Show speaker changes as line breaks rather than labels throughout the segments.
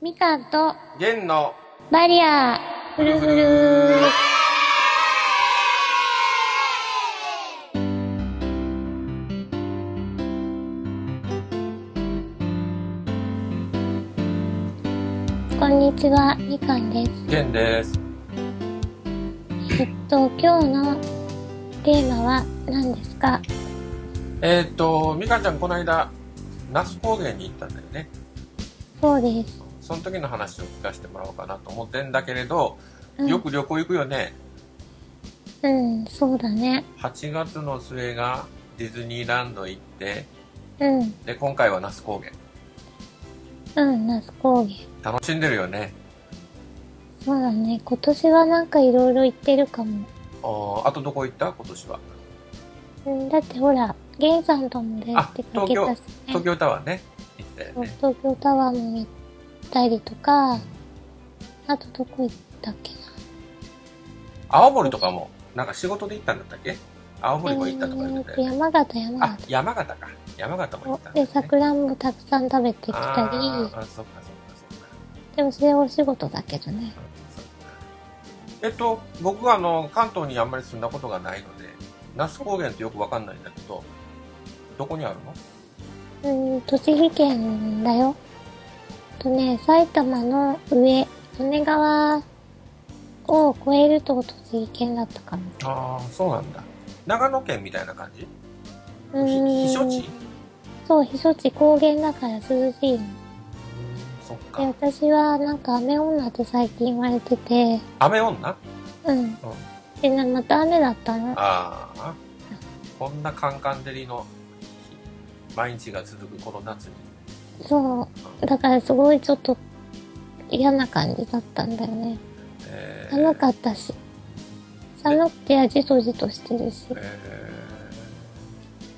みかんと
弦の
バリアー、ふるふるこんにちは、みかんです。
弦です
えっと、今日のテーマは何ですか
えーっとみかんちゃんこの間那須高原に行ったんだよね
そうです。
その時の話を聞かせてもらおうかなと思ってんだけれど、
うん、
よく旅行行くよね
うん、そうだね。
8月の末がディズニーランド行って
うん、
で今回は那須高原
うん、那須高原。
楽しんでるよね
そうだね。今年はなんかいろいろ行ってるかも。
おあとどこ行った今年は
うん、だってほら、ゲンさんとも出
あ
てかけたしね。
東京タワーね行ったよ
そう
ね
東京タワーも見たりとか、あとどこ行ったっけ
青森とかもなんか仕事で行ったんだったっけ青
な。
森も行ったとか言ってたよね
山形、山
あ
形。
山形か山形も行ったんだ、ね、
で、桜もたくさん食べてきた
あ
り、
ーあそっかそっかそっか
でもそれはお仕事だけどね。
えっと、僕はあの関東にあんまり住んだことがないので、那須高原ってよくわかんないんだけど、どこにあるの
うん、栃木県だよ。とね、埼玉の上、利根川を越えると栃木県だったかな。
ああ、そうなんだ。長野県みたいな感じ
う
ひ
ん
避暑地
そう、避暑地高原だから涼しいの。
そっ
で、
か。
私はなんか雨女って最近言われてて、
雨女あ
うん。で、なまた雨だったの。
あ。こんなカンカン照りの毎日が続くこの夏に。
そう。だからすごいちょっと嫌な感じだったんだよね。
えー
寒かったし。寒くてじとじとしてるし。
え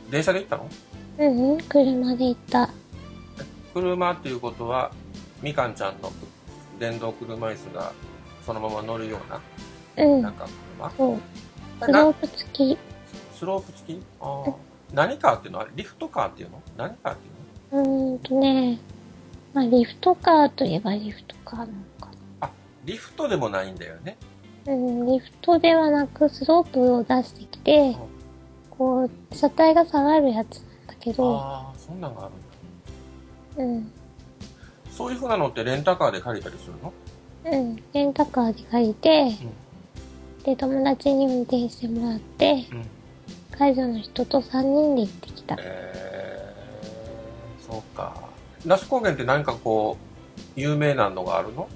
ー電車で行ったの
うん、うん、車で行った。
車っていうことは、みかんちゃんの電動車椅子がそのまま乗るような
うん
なん。か車
そう。スロ
な
ープ付き。
スロープ付きああ何カーっていうのはリフトカーっていうの何カーっていうの
うーんとね、まあリフトカーといえばリフトカーなのか
リフトでもないんだよね
な。うん、リフトではなくスロープを出してきて、こう、車体が下がるやつなんだけど、
ああそんなんがある
う
んだ
ん。
そういうふうなのってレンタカーで借りたりするの
うん、レンタカーで借りて、で、友達に運転してもらって、
うん
会場の人と3人で行ってきた。
えー、そうか那須高原って何かこう有名なのがあるの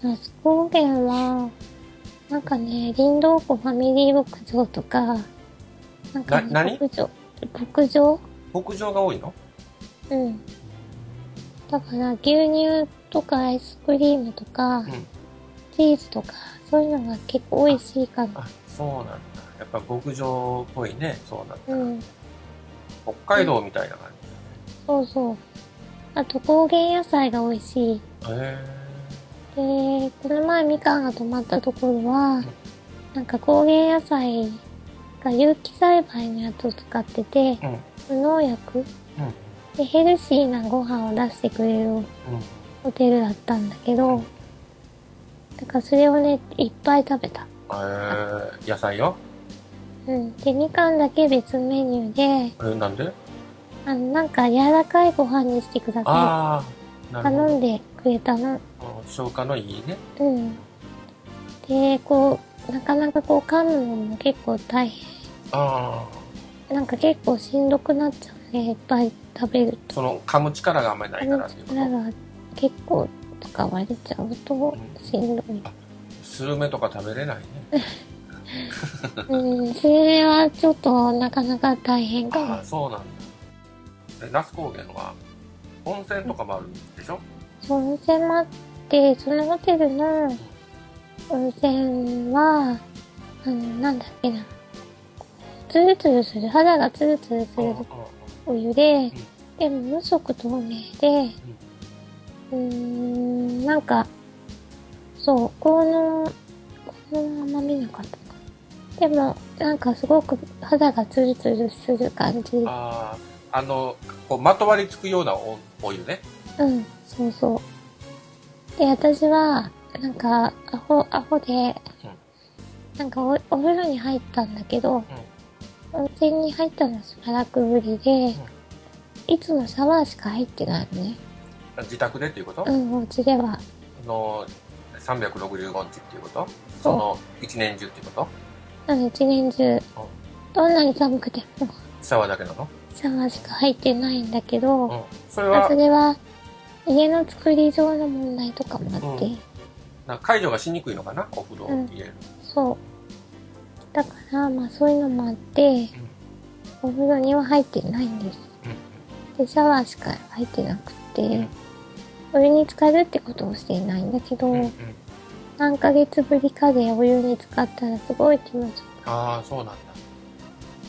那須高原は、なんかね、林道湖ファミリー牧場とか、なんか、ね、
な何
牧場、牧場
牧場が多いの
うん。だから、牛乳とかアイスクリームとか、
ん
チーズとか、そういうのが結構美味しいかな。
あそうなんだやっぱ牧場っぽいねそうなんだ、
うん。
北海道みたいな感
そうそう。あと、高原野菜が美味しい。
じ、へえ
で、この前みかんが泊まったところは、なんか高原野菜が有機栽培のやつを使ってて、
うん
無農薬
うん
でヘルシーなご飯を出してくれる
うん
ホテルだったんだけど、だからそれをね、いっぱい食べた。
えー、野菜よ
うん。で、みかんだけ別メニューで、
えなんで
あの、なんか柔らかいご飯にしてくださ
ああ
い。
なるほど
頼んでくれたの。
消化のいいね。
うん。で、こう、なかなかこう噛むのも結構大変。
ああ。
なんか結構しんどくなっちゃうね。いっぱい食べると。
その噛む力があんまりないからっていうこ
力
と。
が結構使われちゃうとしんどい。
スルメとか食べれないね。
うん、それはちょっとなかなか大変か
あ
も
あ、。そうなんだ。で那須高原は温泉とかもあるんでしょ
その温泉もあって、そのホテルの温泉は、あの、なんだっけな。ツルツルする、肌がツルツルす
うん
る
うんうん
お湯で、でも無色透明で、うーん、なんか、そう、この、このあんま見なかったかな。でも、なんかすごく肌がツルツルする感じ。
ああ、あの、こうまとわりつくようなおお湯ね。
うん、そうそう。で、私は、なんか、アホ、アホで、なんかお、お風呂に入ったんだけど、温泉に入ったのはしばらくぶりで、いつもシャワーしか入ってないのね。
自宅でっていうこと、
う
あ
ん、お家では。
の365日っていうことその一年中っていうこと
うん、一年中、どんなに寒くても、
シャワーだけなの、
シャワーしか入ってないんだけ
う
ど、
ん、それ
まあ
は
それは、家の作り上の問題とかもあって、
うな解除がしにくいのかなお風呂を入れる、
そう。だから、まあそういうのもあって、お風呂には入ってないんです。で、シャワーしか入ってなくて、お湯に浸かるってことをしていないんだけど、
うんうんうん
何ヶ月ぶりかでお湯に浸かったらすごい気持ちよ
ああそうなんだ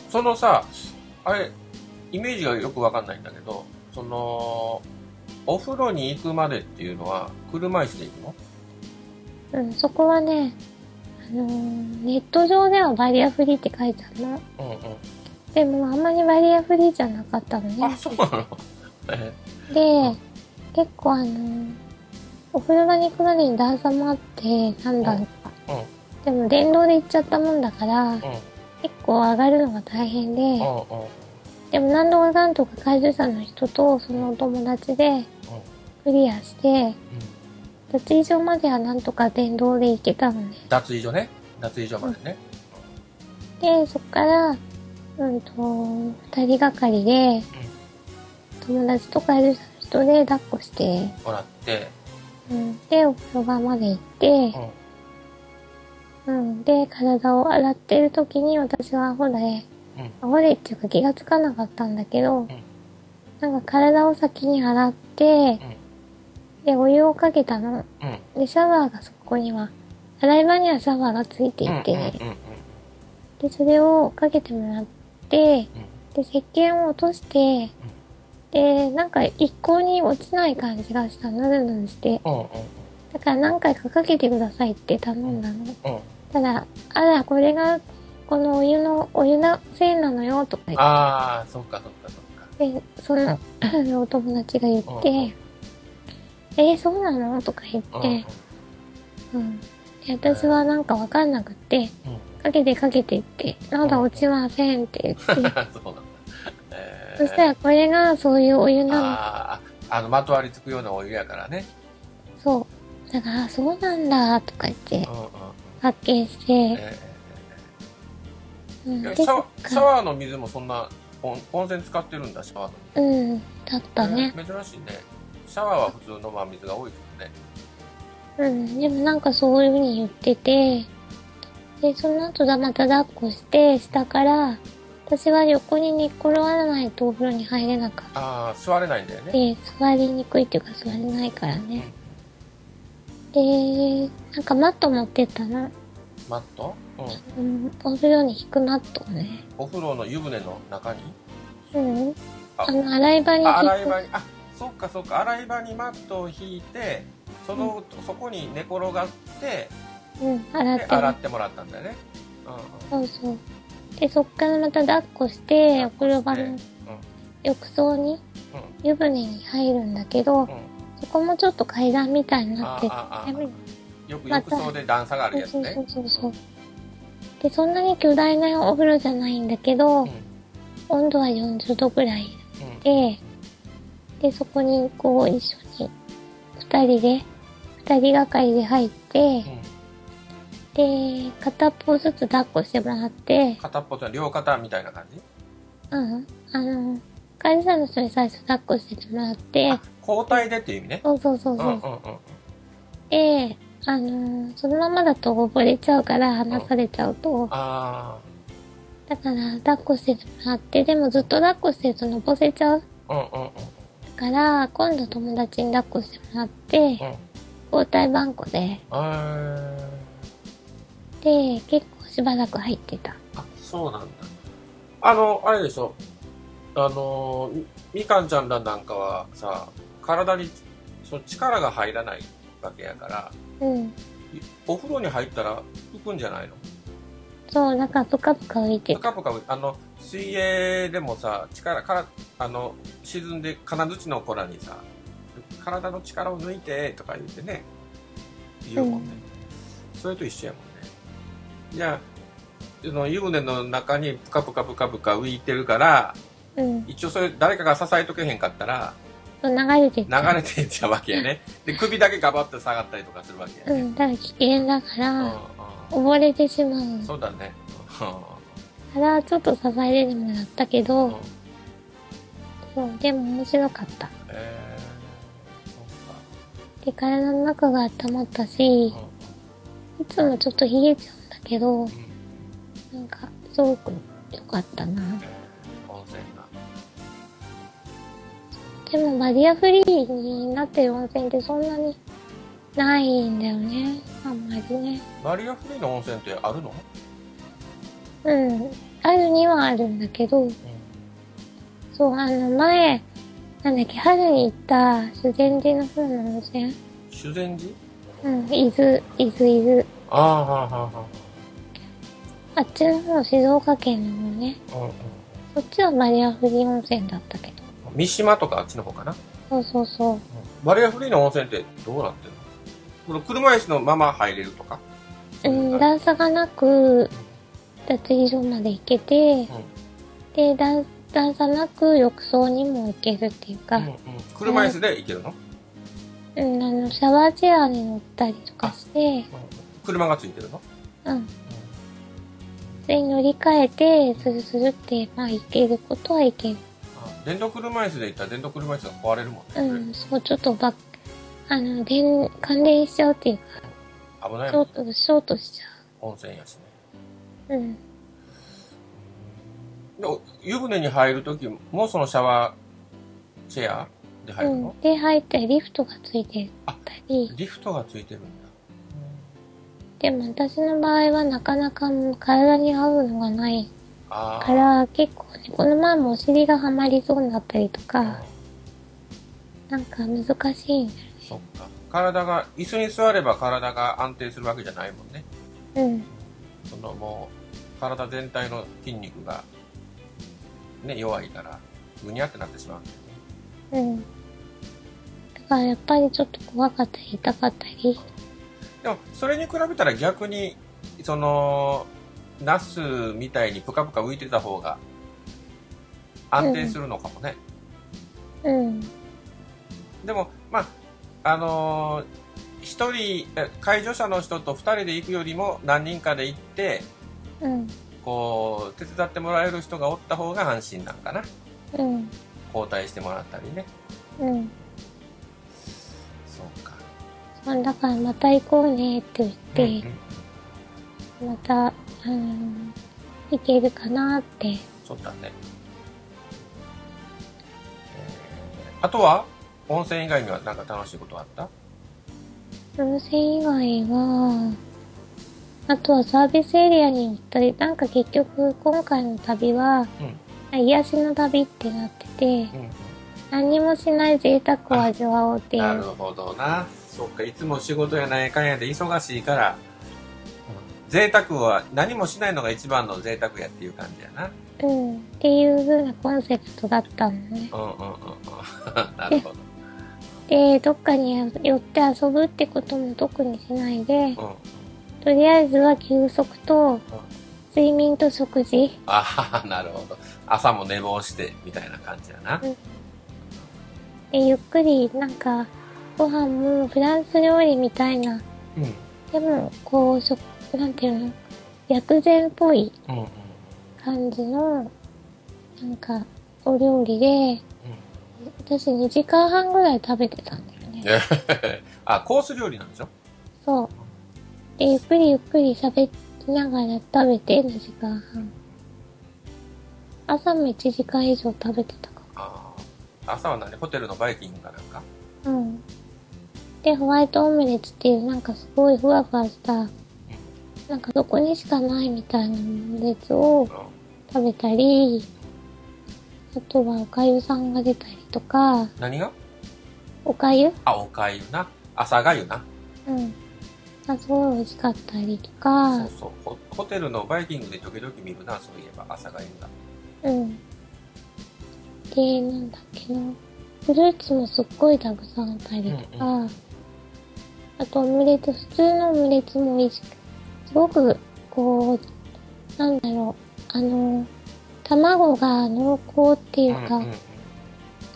そのさあれイメージがよくわかんないんだけどそのお風呂に行くまでっていうのは車椅子で行くの
く。うん、そこはね、あのーネット上ではバリアフリーって書いてあるの。
うん
でもあんまりバリアフリーじゃなかったの
うんあ
ね。
そうなのえ
で、結構あのーお風呂場に行くまでに段差もあって、何段か。
うんうん
でも電動で行っちゃったもんだから、
うん
結構上がるのが大変で、
うんうん
でも何度か何度か介助者の人とそのお友達でクリアして、
う
脱衣所まではなんとか電動で行けたのね。
ん脱衣所ね脱衣所までね
で、そっから、うんと、二人がかりで、友達と介助者の人で抱っこして、
もらって
うん、で、お風呂場まで行って、うん、で、体を洗ってる時に私はアホで、
うん
アホでっていうか気がつかなかったんだけど、
ん
なんか体を先に洗って、で、お湯をかけたの。
うんうん
で、シャワーがそこには、洗い場にはシャワーがついていて、
うんうん
で、それをかけてもらって、
う
で、
ん
石鹸を落として、で、なんか一向に落ちない感じがした。ぬるぬるして。
うんうん
だから何回かかけてくださいって頼んだの。
うんうん
ただ、あら、これが、このお湯の、お湯のせいなのよ、とか言って
ああそっかそっかそっか
で、その、お友達が言って、
うんうん
えーそうなのとか言っ
うん
て、うん。で、私はなんかわかんなくて、
うん
かけてかけてって、まだ落ちませんって言って、
そうなんだえ
そしたらこれがそういうお湯な
あああのまとわりつくようなお湯やからね
の。そう。だから、あそうなんだ、とか言って
う、んうん
発見して、
え
うん、
え
で、
シャ
そ
ワ
っ
ーシャ
か、
ワーの水もそんな温温泉使ってるんだシャワーの
うん、だったね。
え珍しいねシャワーは普通のまあ水が多いけどね
うん、でもなんかそういう風に言ってて、で、その後だまた抱っこして、下から、私は横に寝っ転がらないとお風呂に入れなかった。
ああ座れないんだよね
で、座りにくいっていうか座れないからね。で、なんかマット持ってったの。
マット、うん、
うん、お風呂に敷くマットをね。
お風呂の湯船の中に
うん。
あ
あの、洗い場に
あ洗い
敷
場
く。
にあそっかそっか洗い場にマットを引いてその、そこに寝転がって
うん、洗っ
で
て
洗
る
っ。てもらったんだよねうんうん
そうそう。で、そっからまた抱っこして、お風呂場
うん
の浴槽に、湯船に入るんだけど
う、んうん
そこもちょっと階段みたいになってて
あああ
やめる
よく浴槽で段差があるやつ
そうそ
ね
うそうそう。で、そんなに巨大なお風呂じゃないんだけど、
うんうん
温度は40度ぐらいで、で、そこにこう一緒に二人で、二人がかりで入って、
うん
で、片っぽずつ抱っこしてもらって、
片っぽと両肩みたいな感じ
うん、あの、患者さんの人に最初抱っこしてもらって
あ、交代でっていう意味ね
そうそうそう
う
そ
ん
う。
うんうん
で、あの、そのままだと溺れちゃうから、離されちゃうと、
あ
だから、抱っこしてもらって、でもずっと抱っこしてるとのぼせちゃう。
あうんうんうん
だから、今度友達に抱っこしてもらって、
うん
交代番号で、
あ
で、結構しばらく入ってた。
ーあそうなんだあのあれでしょあのみみかんちゃんらなんかはさ体にそう力が入らないわけやから
うん。
いお風呂に入ったら浮くんじゃないの
そう、なんかぷかぷか浮いて
ぷ
た。
かぷかあの水泳でもさ力からあの沈んで金槌の子らにさ体の力を抜いてとか言ってね言うもんね、それと一緒やもんねじゃあその湯船の中にプカプカプカプカ浮いてるから
うん。
一応それ誰かが支えとけへんかったら
流れてっちゃう
流れていっちゃうわけやねで首だけガバッと下がったりとかするわけや
う
ね、
ん、だから危険だか
うんうん
ら、溺れてしまう。
そうだね
から、ちょっと支えてもらったけ
うんうん
ど、そう、でも面白かった。
えーそうか
で、体の中が温まったし、いつもちょっと冷えちゃうんだけど
う、んうん
なんか、すごく良かったな。
温泉が
でも、バリアフリーになってる温泉ってそんなにないんだよね。あんまりね。
バリアフリーの温泉ってあるの、
うん。あるにはあるんだけど、そう、あの、前、なんだっけ、春に行った修善寺の方の温泉
修善寺
うん、伊豆、伊豆、伊豆。
ああはあはあは
あっちの方、静岡県の方ね。
あ、うんうん
そっちはバリアフリー温泉だったけど。
三島とかあっちの方かな、
そうそうそう。
バリアフリーの温泉ってどうなってるのこの車椅子のまま入れるとか
うん、段差がなく、脱衣所まで行けて、で、段段差なく浴槽にも行けるっていうか、
うんうん車椅子で行けるの、
うん、あの、シャワーチェアに乗ったりとかして、
車がついてるの、
うん。それに乗り換えて、スルスルって、まあ、行けることは行ける。
あ電動車椅子で行ったら電動車椅子が壊れるもん
う
ね、
ん、そう、ちょっとばっ、あの、電、関連しちゃうっていうか、
危ない
ショ
もん
ート、ショートしちゃ
温泉やしね
う。うん。
で湯船に入る時もそのシャワーチェアで入
う
るの、
ん、で、入ったり、リフトがついてたり、
リフトがついてるんだ
でも私の場合はなかなかもう体に合うのがない
あ
か
ー
ら、結構ね、この前もお尻がはまりそうになったりとか、なんか難しいんだ
そっか体が椅子に座れば体が安定するわけじゃないもんね
よね。
そのもう体全体の筋肉がね弱いからぐにゃってなってしまうんだよね
うん、うん。だからやっぱりちょっと怖かったり、痛かったり、
でもそれに比べたら逆にそのナスみたいにプカプカ浮いてた方が安定するのかもね、
うん、
でもまああのー一人え介助者の人と二人で行くよりも何人かで行って
うん、
こう手伝ってもらえる人がおった方が安心なんかな
うん、
交代してもらったりね
うん。
そうか
そうだからまた行こうねって言って、
うんうん
また、あのいけるかなって。
そうだね、えーあとは温泉以外には何か楽しいことあった
温泉以外は、あとはサービスエリアに行ったり、なんか結局今回の旅は、癒しの旅ってなってて、
うん、うん
何にもしない贅沢を味わおうってい
なる
う。
ほどなそっかいつも仕事やないかんやで忙しいから、贅沢は何もしないのが一番の贅沢やっていう感じやな
うん。っていう風なコンセプトだったのね。
うんうんうんうん なるほ
で、どっかに寄って遊ぶってことも特にしないで、
ど、うん、
とりあえずは休息と、睡眠と食事。
ああなるほど朝も寝坊してみたいな感じやな
でゆっくり、なんか、ご飯もフランス料理みたいな
うん
でも、こう、食、なんていうの薬膳っぽい
うんうん
感じの、なんか、お料理で、私2時間半ぐらい食べてたんだよね。
うんあコース料理なんでしょ
そう。で、ゆっくりゆっくり喋りながら食べて、2時間半。朝も1時間以上食べてたか
ああ朝は何ホテルのバイキングかなんか
も。うん。で、ホワイトオムレツっていう、なんかすごいふわふわした、なんかどこにしかないみたいなオムレツを、
うん
食べたり、あとはおかゆさんが出たりとか、
何が
おかゆ
あおかゆな朝がゆな
うん。がすごい美味しかったりと
そ
か
う、そうホホテルのバイキングで時々見るなそういえば朝がいいんだ
うん。で、なんだっけな。フルーツもすっごいたくさんあったりとか、あとオムレツ、普通のオムレツも美味しく、すごく、こう、なんだろう、あの、卵が濃厚っていうか、
うんうん
な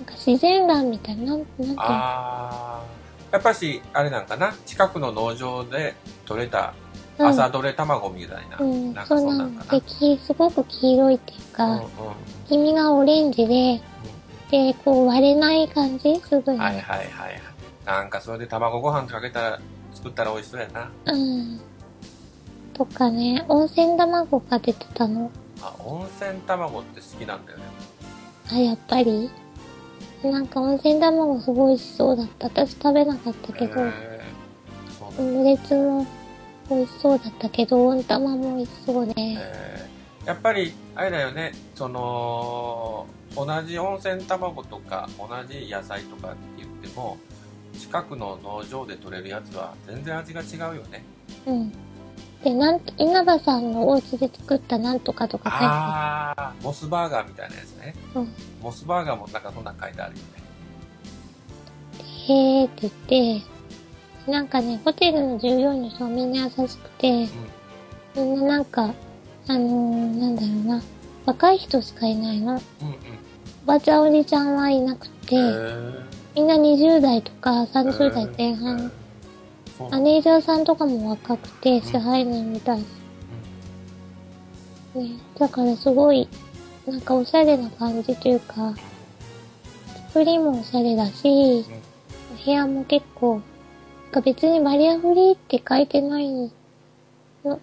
んか自然卵みたいな、なんなんていうの
あーやっぱしあれなんかな近くの農場で取れた
うん
朝どれ卵みたいな、
うん、
なん
そう
かそん
な
なん
ん
か
で、きすごく黄色いっていう
な
か、
うんう
黄身がオレンジで、で、こう割れない感じすごい、
んはいはいはいはいなんかそれで卵ご飯かけたら作ったら美味しそうやな
うん。とかね、温泉卵が出てたの。
あ温泉卵って好きなんだよね
あ、やっぱりなんか温泉卵すごい美味しそうだった。私食べなかったけど、
へーそうなん
オ
だ
ムレツも美味しそうだったけど、温玉も美味しそうで。
えーやっぱりあれだよねその同じ温泉卵とか同じ野菜とかって言っても近くの農場で取れるやつは全然味が違うよね
うん。で、なんと、稲葉さんのお家で作ったなんとかとか書いてあ
ああモスバーガーみたいなやつね
うん
モスバーガーもなんかそんなん書いてあるよね
って、へーって言って、なんかね、ホテルの従業員の人はみんな優しくて、みんななんか、あのー、なんだろうな、若い人しかいないの。
うんうん
おばちゃんおじちゃんはいなくて、
うんへー
みんな20代とか30代
へ
前
ー
半、
そうな
マ
んだ
ネージャーさんとかも若くて、支配人みたいな。ね、だからすごい、なんかおしゃれな感じというか、作りもおしゃれだし、お部屋も結構、なんか別にバリアフリーって書いてないの、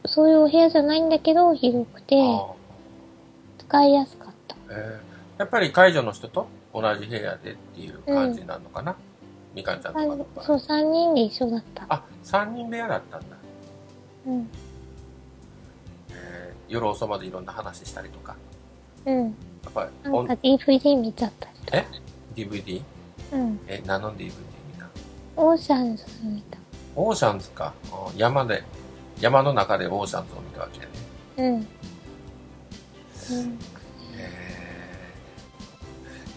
そういうお部屋じゃないんだけど、広くて、
あ
使いやすかった。
ーへーやっぱり解除の人と同じ部屋でっていう感じなのかな、みかんちゃんとかとか
そう、3人で一緒だった。
あ三3人部屋だったんだ
うん。
えー夜遅までいろんな話したりとか、
うん。
やっぱり
な
オ
んか
ン
DVD 見ちゃったり
DVD?
とか。うん。
え、何の DVD 見た
オーシャンズ見た。
オーシャンズか。うん山で、山の中でオーシャンズを見たわけね。
うん。うん
えー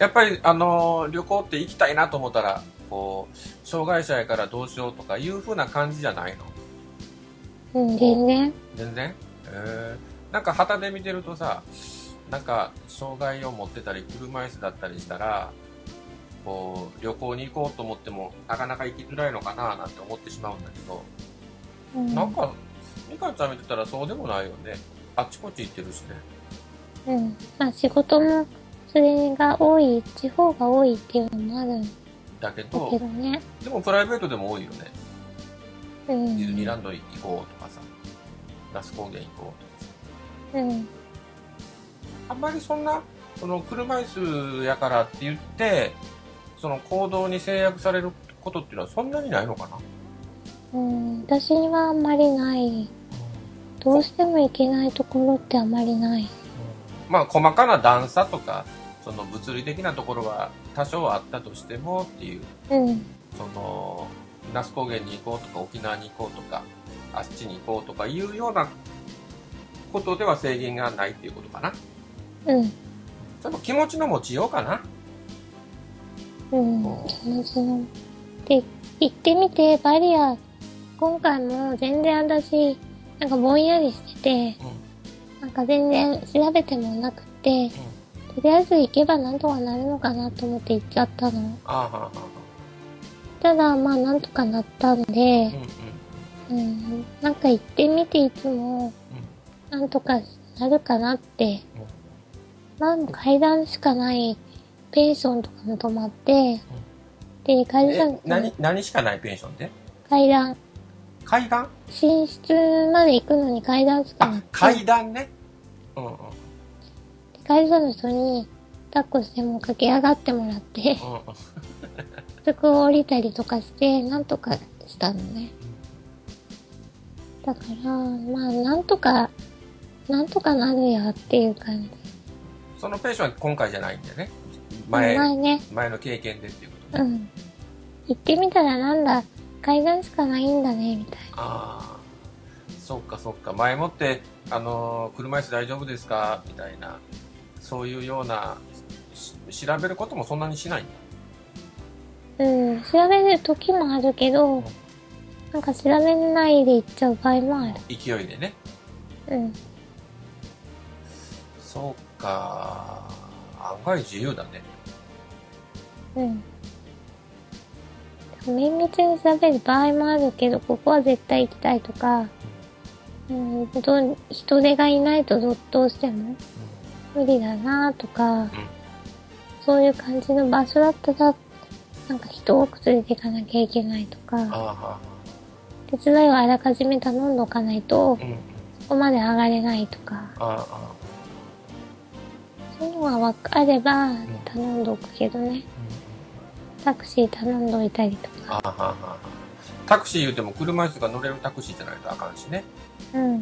やっぱり、あのー旅行って行きたいなと思ったら、こう、障害者やからどうしようとかいう風な感じじゃないの
うん、全然。
全然えー、なんか旗で見てるとさなんか障害を持ってたり車椅子だったりしたらこう旅行に行こうと思ってもなかなか行きづらいのかななんて思ってしまうんだけど、
うん
なんかみかんちゃん見てたらそうでもないよねあっちこっち行ってるしね
うん。まあ仕事も、それが多い、地方が多いっていうのもあるんだ
だけど
けどね。
でもプライベートでも多いよね
う
ディズニー
ん。
ランド行こうとかさ那須高原行こうとか
うん。
さあんまりそんなその車椅子やからって言ってその行動に制約されることっていうのはそんなにないのかな
うん。私にはあんまりない。どうしても行けないところってあんまりない。
まあ細かな段差とかその物理的なところは多少あったとしてもっていう
うん。
その那須高原に行こうとか沖縄に行こうとかあっちに行こうとかいうようなことでは制限がないっていうことかな
うん。
ちょっと気持ちの持ちようかな
うん。気持ちの。で、行ってみて、バリア、今回も全然私、なんかぼんやりしてて、なんか全然調べてもなくて、とりあえず行けばなんとかなるのかなと思って行っちゃったの。
ああはあはあ
ただ、まあなんとかなったんで
うん、うん
うん、なんか行ってみていつも、なんとかなるかなって。まあ階段しかないペンションとかも泊まって、で、
う
会社
んえ何何しかないペンションで
階段、
階段
寝室まで行くのに階段しかなく
あ
て、
階段ねうんうんうん
会社の人に抱っこしても駆け上がってもらって、
うん
そこを降りたりとかして、なんとかしたのね。だから、まあ、なんとか、なんとかなるやっていう感じ。
そのペンションは今回じゃないんだよね前
前ね、
前の経験でっていうこと
う
ね、
ん。行ってみたらなんだ、階段しかないんだね、みたい
ああそっかそっか前もって、あのー車椅子大丈夫ですかみたいなそういうようなし調べることもそんなにしないんだ
うん、調べる時もあるけど、なんか調べないで行っちゃう場合もある。
勢いでね。
うん。
そうか。案外自由だね。
うん。綿密に調べる場合もあるけど、ここは絶対行きたいとか、うん、どう人手がいないとどどうしても無理だなとか、そういう感じの場所だったら、なんか人を多く連れていかなきゃいけないと
あ
か、
あは
手伝いをあらかじめ頼んでおかないと
あ。、うん。
そこまで上がれないとか、
ああああ。
そういうのがわかれば頼んでおくけどね。タクシー頼んどいたりとか。
ああはあはあ。タクシー言うても車椅子が乗れるタクシーじゃないとあかんしね。
うん。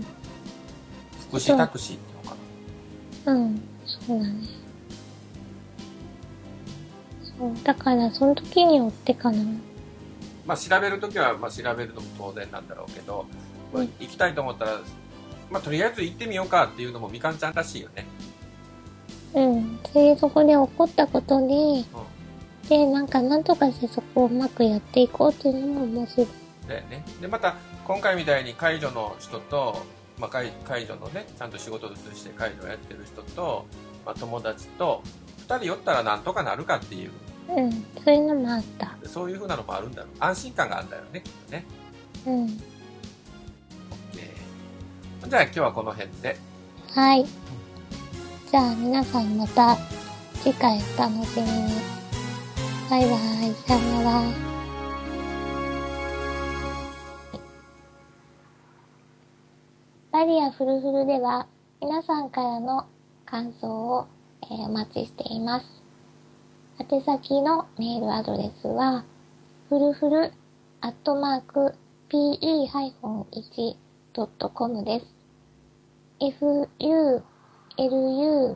福祉タクシーっていうの
う
か
ん、そうだね。そう、だからその時によってかな。
な。まあ調べるときは、まあ調べるのも当然なんだろうけど、まあ
うん
行きたいと思ったら、まあとりあえず行ってみようかっていうのもみかんちゃんらしいよね。
うん。で、そこで起こったことに、
うん。
で、なんかなんとかしてそこをうまくやっていこうっていうのももうすぐ。
だよね。で、また、今回みたいに介助の人と、まあ、介介助のね、ちゃんと仕事として介助をやってる人と、まあ、友達と、二人寄ったらなんとかなるかっていう、
うん。そういうのもあった。
そういう風なのもあるんだろう。安心感があるんだよね、きっとね。
うん。
OK じゃあ今日はこの辺で。
はい。じゃあ皆さんまた次回お楽しみに。バイバイ。さよなら。バリアフルフルでは皆さんからの感想を、えーお待ちしています。宛先のメールアドレスは、フルフルアットマーク pe-1.com です。f u l u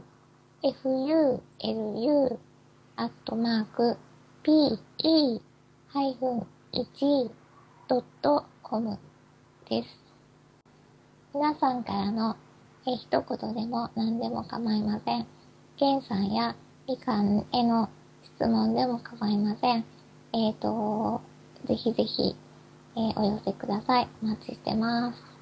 f u l u アットマーク p e ハイフン1ドットコムです。皆さんからのえー一言でも何でも構いません。ケンさんやみかんへの質問でも構いません。えっ、と、ぜひぜひ、えーお寄せください。お待ちしてます。